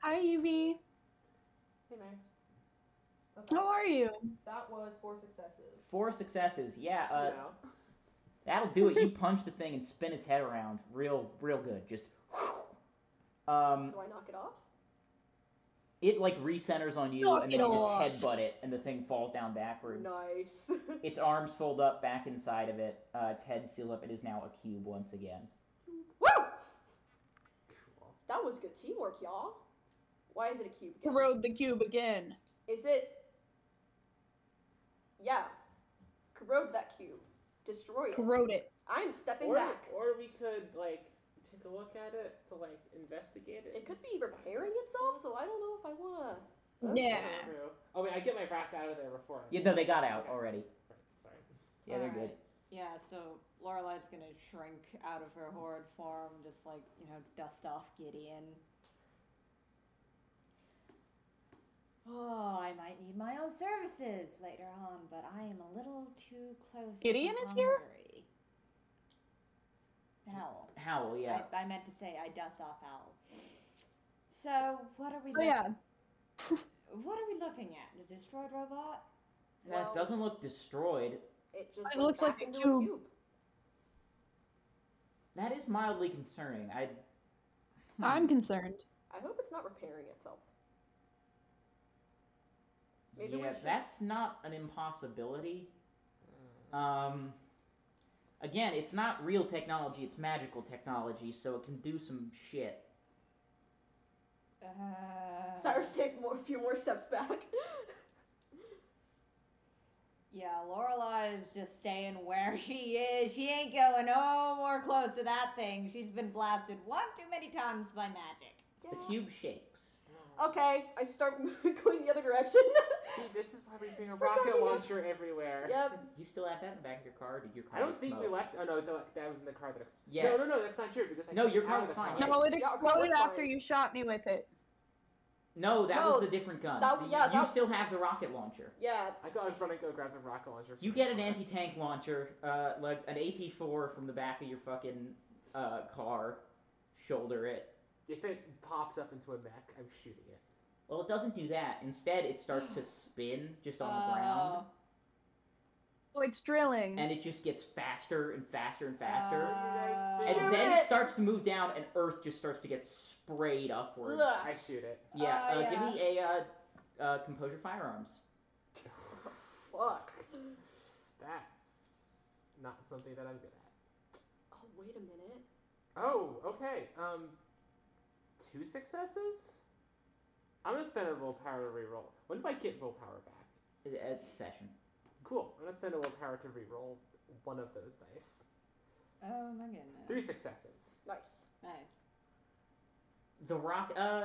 S2: Hi, Evie.
S3: Hey, Max. Okay.
S2: How are you?
S3: That was four successes.
S1: Four successes. Yeah. Uh,
S5: You know?
S1: That'll do it. You punch the thing and spin its head around real, real good. Just, um,
S3: Do I knock it off?
S1: it like recenters on you,
S2: Knock
S1: and then
S2: it
S1: you just
S2: off.
S1: headbutt it, and the thing falls down backwards.
S3: Nice.
S1: Its arms fold up back inside of it. Uh, its head sealed up. It is now a cube once again.
S3: Woo!
S5: Cool.
S3: That was good teamwork, y'all. Why is it a cube? again?
S2: Corrode the cube again.
S3: Is it? Yeah. Corrode that cube. Destroy it.
S2: Corrode it.
S3: I'm stepping
S5: Or,
S3: back.
S5: or we could like take a look at it to like investigate it.
S3: It could
S5: and
S3: be
S5: stuff.
S3: repairing itself, so I don't know if I wanna.
S2: Yeah.
S5: That's true. Oh wait, I get my rats out of there before.
S1: Yeah, no, they got out already.
S5: Right, Sorry.
S1: Yeah, they're good.
S4: Alright. Yeah, so Lorelai's gonna shrink out of her horrid form, just like, you know, dust off Gideon. Oh, I might need my own services later on, but I am a little too close. to
S2: Gideon is here?
S4: hungry. Howl.
S1: Howl, yeah.
S4: I, I meant to say I dust off Howl. So what are we?
S2: Oh
S4: Look-
S2: yeah.
S4: What are we looking at? The destroyed robot?
S1: That
S3: Well,
S1: doesn't look destroyed.
S3: It just went
S2: It looks like
S3: back
S2: a
S3: into
S2: cube.
S1: That is mildly concerning. I. Hmm.
S2: I'm concerned.
S3: I hope it's not repairing itself. maybe we
S1: yeah,
S3: should-
S1: that's not an impossibility.
S5: Mm.
S1: Um, again, it's not real technology; it's magical technology, so it can do some shit.
S4: Uh,
S3: Cyrus takes more, a few more steps back.
S4: Yeah, Lorelai is just staying where she is. She ain't going no more close to that thing. She's been blasted one too many times by magic.
S1: The cube shakes.
S5: Oh,
S3: Okay, I start going the other direction.
S5: See, this is why we bring a
S3: We're
S5: rocket
S3: talking-
S5: launcher everywhere.
S3: yep.
S1: You still have that in the back of your car? Or did your car
S5: I don't
S1: get
S5: think we
S1: smoked?
S5: left. Oh no, the, that was in the car that. Ex-
S1: Yeah.
S5: No, no, no, that's not true because I
S1: No,
S5: came
S1: your car
S5: out of
S1: was
S5: the
S1: fine.
S2: No, it
S3: Yeah, okay,
S2: exploded
S3: that's
S2: after
S3: fine.
S2: you shot me with it.
S1: No, that
S3: No,
S1: was the different gun.
S3: that-
S1: The-
S3: yeah,
S1: you
S3: that-
S1: still have the rocket launcher.
S3: Yeah.
S5: I thought I was gonna go grab the rocket launcher.
S1: You
S5: from
S1: get
S5: the
S1: an
S5: car.
S1: anti-tank launcher, uh, like an AT-4 from the back of your fucking uh, car. Shoulder it.
S5: If it pops up into a mech, I'm shooting it.
S1: Well, it doesn't do that. Instead, it starts to spin just on the
S4: Oh.
S1: ground,
S2: Oh, it's drilling.
S1: and it just gets faster and faster and faster.
S5: Uh,
S4: Uh,
S5: And
S1: and
S3: Shoot
S1: then it
S3: it!
S1: starts to move down, and Earth just starts to get sprayed upwards.
S3: Ugh.
S5: I shoot it.
S1: Yeah,
S4: Uh,
S1: uh, give
S4: yeah.
S1: me a uh, uh, composure firearms.
S3: Fuck.
S5: That's not something that I'm good at.
S3: Oh wait a minute.
S5: Oh, okay. Um, two successes. I'm gonna spend a willpower to reroll. When do I get willpower back?
S1: It- It's uh, session.
S5: Cool. I'm gonna spend a willpower to reroll one of those dice.
S4: oh my goodness.
S5: Three successes.
S3: Nice.
S4: Nice.
S1: The rock. Uh,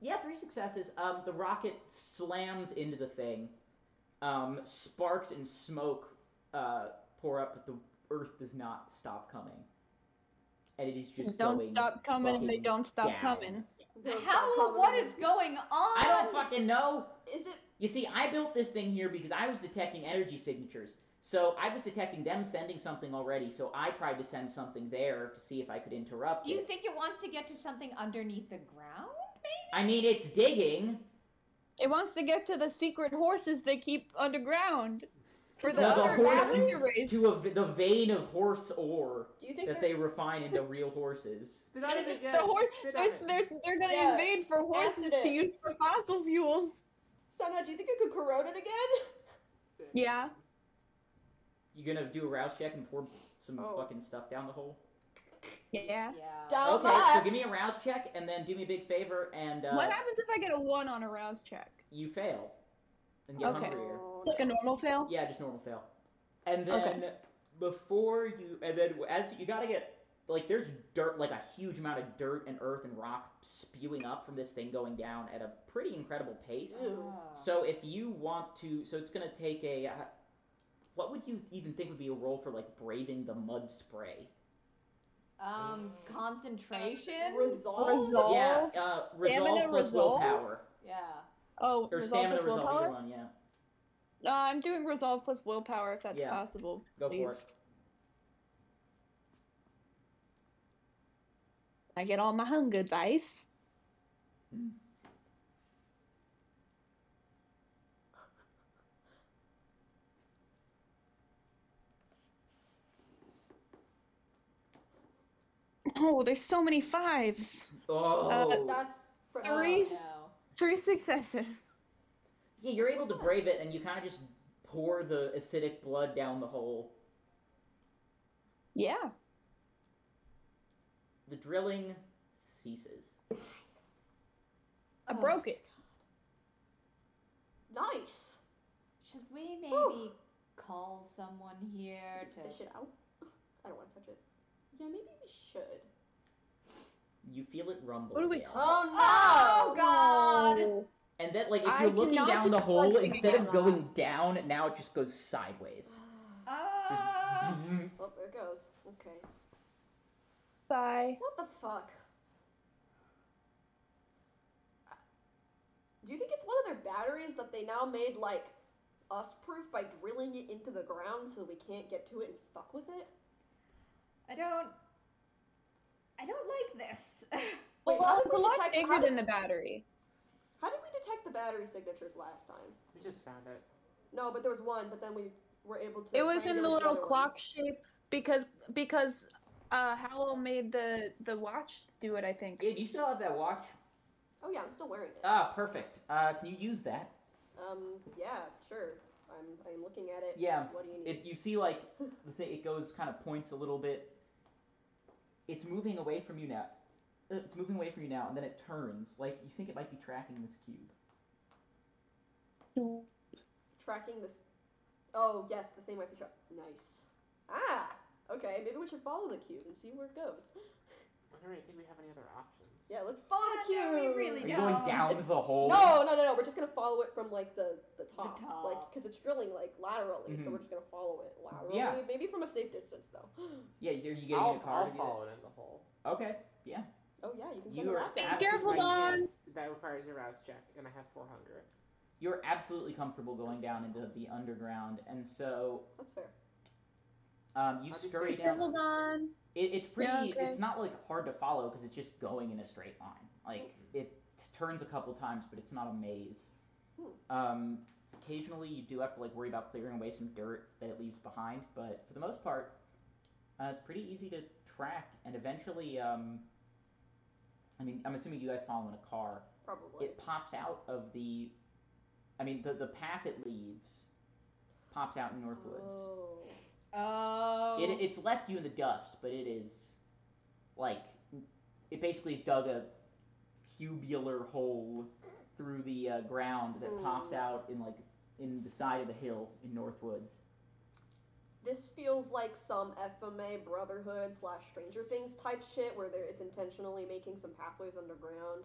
S1: yeah, three successes. Um, the rocket slams into the thing. Um, sparks and smoke uh, pour up, but the Earth does not stop coming, and it is just
S2: don't
S1: going.
S2: stop coming, and they
S1: fucking
S2: don't stop
S1: down.
S2: coming.
S3: Those are
S4: How?
S3: common
S4: What
S3: ones.
S4: is going on?
S1: I don't fucking know.
S3: Is it?
S1: You see, I built this thing here because I was detecting energy signatures. So I was detecting them sending something already. So I tried to send something there to see if I could interrupt
S4: Do you
S1: it.
S4: think it wants to get to something underneath the ground?
S1: I mean, it's digging.
S2: It wants to get to the secret horses they keep underground for the
S1: No, the
S2: other
S1: horses.
S2: horses. race.
S1: to a, the vein of horse ore
S3: Do you think
S1: that they
S3: they're-
S1: refine into real horses.
S5: Spit on it
S2: It's
S5: again.
S2: the horse.
S5: Spit on
S2: It's,
S5: it.
S2: they're they're gonna
S3: Yeah.
S2: invade for horses
S3: Acid.
S2: to use for fossil fuels.
S3: Sana, do you think it could corrode it again?
S5: Spit.
S2: Yeah.
S1: You gonna do a rouse check and pour some
S3: Oh.
S1: fucking stuff down the hole?
S2: Yeah.
S4: Yeah.
S3: Down- How
S1: okay, so
S3: much?
S1: give me a rouse check and then do me a big favor and uh,
S2: what happens if I get a one on a rouse check?
S1: you fail and get
S2: Okay.
S1: hungrier.
S3: Oh,
S2: Like a normal fail?
S1: Yeah, just normal fail. And then before you, and then as you gotta get like there's dirt, like a huge amount of dirt and earth and rock spewing up from this thing going down at a pretty incredible pace.
S4: Ah.
S1: So if you want to, so it's gonna take a. Uh, what would you even think would be a role for like braving the mud spray?
S4: um, concentration.
S3: Resolve.
S2: Resolve.
S1: Yeah, uh, resolve
S2: Stamina
S1: plus
S2: resolve?
S1: willpower
S4: Yeah.
S2: Oh,
S1: or
S2: resolve
S1: stamina
S2: plus
S1: resolve. Either
S2: willpower.
S1: one, yeah.
S2: No, I'm doing resolve plus willpower if that's
S1: Yeah.
S2: possible.
S1: Go
S2: please.
S1: for it.
S2: I get all my hunger dice.
S1: Hmm.
S2: Oh, there's so many fives.
S1: Oh,
S2: Uh,
S3: That's fr-
S4: Oh,
S2: Three.
S4: no.
S2: Three successes.
S1: yeah. You're able to brave it, and you kind of just pour the acidic blood down the hole.
S2: Yeah.
S1: The drilling ceases.
S2: I
S4: Oh.
S2: broke it.
S3: nice.
S4: Should we maybe
S3: Whew.
S4: call someone here
S3: Get this
S4: to?
S3: shit out. I don't want to touch it. Yeah, maybe we should.
S1: You feel it rumble.
S2: What do we
S1: again.
S2: call-
S4: Oh God!
S2: Oh.
S1: And then, like, if
S2: I
S1: you're looking
S2: cannot
S1: down the
S2: do
S1: hole,
S2: anything
S1: instead of
S2: again.
S1: going down, now it just goes sideways.
S4: Ah.
S3: Well, Oh, there it goes. Okay.
S2: Bye.
S3: What the fuck? Do you think it's one of their batteries that they now made like us proof by drilling it into the ground so we can't get to it and fuck with it?
S4: I don't. I don't like this.
S3: Wait, how
S2: well,
S3: did
S2: it's a
S3: we
S2: lot
S3: detect-
S2: bigger
S3: how did-
S2: than the battery.
S3: How did we detect the battery signatures last time?
S5: We just found it.
S3: No, but there was one, but then we were able to.
S2: It was in the
S3: triangulate
S2: little
S3: other
S2: clock
S3: ones.
S2: shape because because uh Howell made the the watch do it. I think.
S1: Yeah, do you still have that watch?
S3: Oh yeah, I'm still wearing it.
S1: Ah, perfect. Uh, can you use that?
S3: Um, yeah, sure. I'm I'm looking at it.
S1: Yeah,
S3: What do you need?
S1: It, you see, like, the thing, it goes kind of points a little bit. It's moving away from you now. Uh, It's moving away from you now, and then it turns. Like, you think it might be tracking this cube.
S3: Tracking this. Oh yes, the thing might be tracked. Nice. Ah. Okay, maybe we should follow the cube and see where it goes.
S5: I don't really think we have any other options.
S3: Yeah, let's follow the
S4: Yeah,
S3: cue.
S4: no, we really
S1: Are you
S4: don't.
S1: going down
S3: It's-
S1: the hole?
S3: No, no, no, no. We're just gonna follow it from like the the top,
S4: top.
S3: like because it's drilling like laterally.
S1: Mhm.
S3: So we're just gonna follow it laterally.
S1: Yeah.
S3: Maybe from a safe distance though.
S1: Yeah, you're you getting in
S5: I'll,
S1: a car.
S5: I'll
S1: to do
S5: follow it in the hole.
S1: that? Okay. Yeah.
S3: Oh yeah, you can send
S1: You
S3: a
S1: are
S3: rocket.
S1: absolutely-
S2: Careful,
S5: My
S2: Don.
S5: hands- That requires a rouse check, and I have 400.
S1: You're absolutely comfortable going down into the underground, and so
S3: That's fair.
S1: um, you
S5: I'll just
S1: scurry
S5: say
S1: down.
S2: Careful, Don.
S1: It, it's pretty.
S2: Yeah, okay.
S1: It's not like hard to follow because it's just going in a straight line. Like it t- turns a couple times, but it's not a maze.
S2: Hmm.
S1: Um, occasionally, you do have to like worry about clearing away some dirt that it leaves behind, but for the most part, uh, it's pretty easy to track. And eventually, um, I mean, I'm assuming you guys follow in a car.
S3: Probably.
S1: It pops out of the. I mean, the the path it leaves pops out in Northwoods.
S3: Oh.
S4: Oh.
S1: It, it's left you in the dust, but it is like it basically dug a cubular hole through the uh, ground that pops
S3: Hmm.
S1: out in like in the side of the hill in Northwoods.
S3: This feels like some FMA Brotherhood slash Stranger Things type shit where there, it's intentionally making some pathways underground.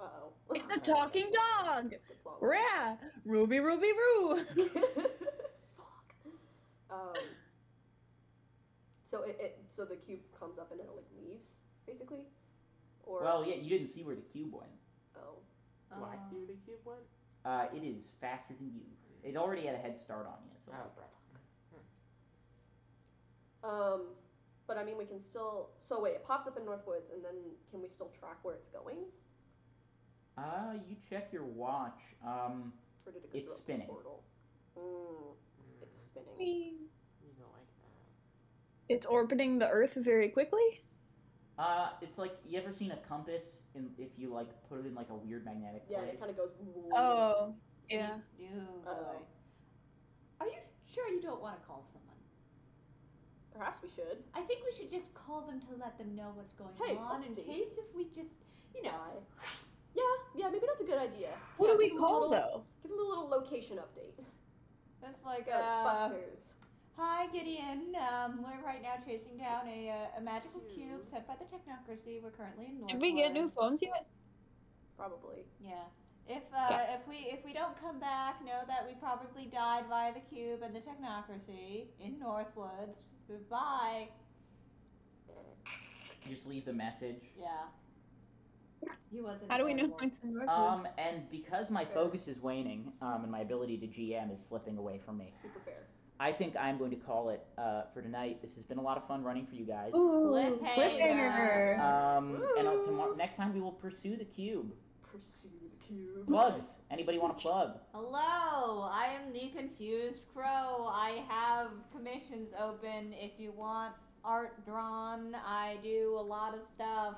S3: Uh oh.
S2: It's a talking dog. Rah! Ruby, Ruby, Roo.
S3: Fuck. Um, so it, it so the cube comes up and it like leaves basically, or
S1: Well, yeah, you didn't see where the cube went.
S3: oh
S5: Do I see where the cube went?
S1: Uh, it is faster than you. It already had a head start on you, so
S5: Oh, bro.
S3: um, but I mean we can still so wait it pops up in Northwoods and then can we still track where it's going
S1: uh, you check your watch. Um,
S3: or did it go
S1: It's
S3: through a
S1: spinning.
S3: portal? Mm,
S5: Mm,
S3: it's spinning.
S5: you don't like that.
S2: It's orbiting the Earth very quickly.
S1: uh, it's like you ever seen a compass? In, if you like put it in like a weird magnetic
S3: Yeah,
S1: place.
S3: and it kind of goes.
S2: Oh, yeah.
S4: Ew,
S3: Uh-oh.
S4: boy. Are you sure you don't want to call someone?
S3: Perhaps we should.
S4: I think we should just call them to let them know what's going
S3: Hey,
S4: on in
S3: update.
S4: case if we just, you know,
S3: Yeah, yeah, maybe that's a good idea.
S2: What do
S3: Yeah,
S2: we
S3: give 'em a
S2: call
S3: little-
S2: though?
S3: Give him a little location update. uh,
S4: it's like uh,
S3: Ghostbusters.
S4: Hi, Gideon. Um, we're right now chasing down a, uh, a magical
S5: Cube.
S4: cube set by the technocracy. We're currently in North.
S2: Did we get new phones yet?
S3: Probably.
S4: Yeah. If uh,
S2: Yeah.
S4: if we if we don't come back, know that we probably died via the cube and the technocracy in Northwoods. Goodbye.
S1: You just leave the message.
S4: Yeah. He wasn't.
S2: How do we know
S4: available.
S2: it's in Northwoods?
S1: Um, and because my
S3: Fair.
S1: focus is waning, um, and my ability to GM is slipping away from me,
S3: Super fair.
S1: I think I'm going to call it uh, for tonight. This has been a lot of fun running for you guys.
S2: Ooh,
S4: Cliffhanger.
S2: cliffhanger.
S1: Um, and uh,
S3: Woo!
S1: tomorrow, next time we will pursue the cube.
S3: Pursue the cube.
S1: Plugs. Anybody want to plug?
S4: Hello, I am the Confused Crow. I have commissions open if you want art drawn. I do a lot of stuff.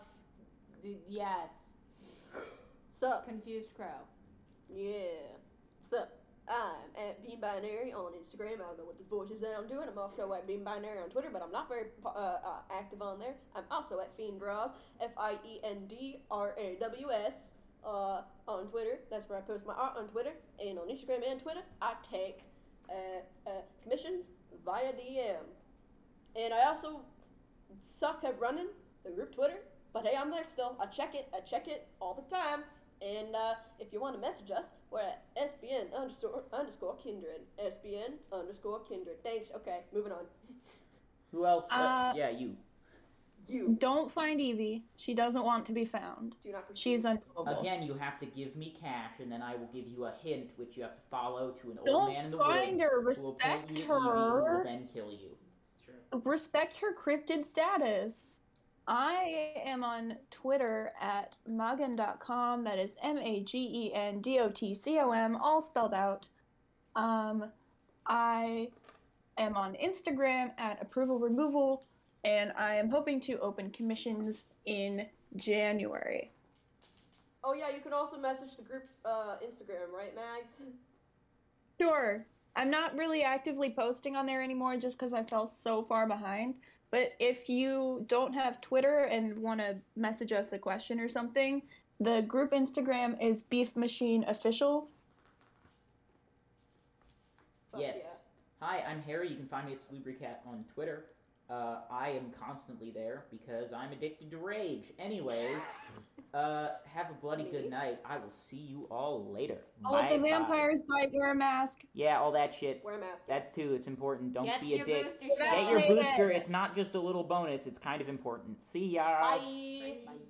S4: Y- Yes,
S3: Sup?
S4: Confused Crow.
S3: Yeah. Sup? I'm at Bean Binary on Instagram. I don't know what this bullshit is that I'm doing. I'm also at Bean Binary on Twitter, but I'm not very uh, uh, active on there. I'm also at Fiend Draws, F I E N D R A W S, uh, on Twitter. That's where I post my art on Twitter. And on Instagram and Twitter, I take uh, uh, commissions via DM. And I also suck at running the group Twitter, but hey, I'm there still. I check it, I check it all the time. And uh, if you want to message us, we're at SBN underscore, underscore kindred. SBN underscore kindred. Thanks. Okay, moving on.
S1: Who else? Uh,
S2: Uh,
S1: yeah, you.
S3: You
S2: Don't find Evie. She doesn't want to be found.
S3: do not pursue.
S2: She's undoable.
S1: Again, you have to give me cash, and then I will give you a hint, which you have to follow to an old
S2: Don't
S1: man in the
S2: find
S1: woods.
S2: her,
S1: who will point you
S2: respect
S1: at Evie, who
S2: her.
S1: will then kill you.
S5: It's true.
S2: respect her cryptid status. I am on Twitter at magen.com. That is M A G E N D O T C O M, all spelled out. Um, I am on Instagram at approval removal, and I am hoping to open commissions in January.
S3: Oh yeah, you can also message the group uh, Instagram, right, Mags?
S2: Sure. I'm not really actively posting on there anymore just because I fell so far behind. But if you don't have Twitter and want to message us a question or something, the group Instagram is Beef Machine Official.
S3: Fuck
S1: yes.
S3: yeah.
S1: Hi, I'm Harry. You can find me at Slubricat on Twitter. Uh, I am constantly there because I'm addicted to rage. Anyways, uh, have a bloody good
S3: Me?
S1: night. I will see you all later.
S2: Oh, if the
S1: Bye-bye.
S2: vampires bite, wear a mask.
S1: Yeah, all that shit.
S3: Wear a mask.
S1: That's too. It's important. Don't
S4: Get
S1: be a
S4: your
S1: dick.
S4: booster
S2: Get
S1: Get
S4: shot.
S1: your
S2: Vaccinated.
S1: booster. It's not just a little bonus. It's kind of important. See ya.
S4: Bye.
S3: Bye.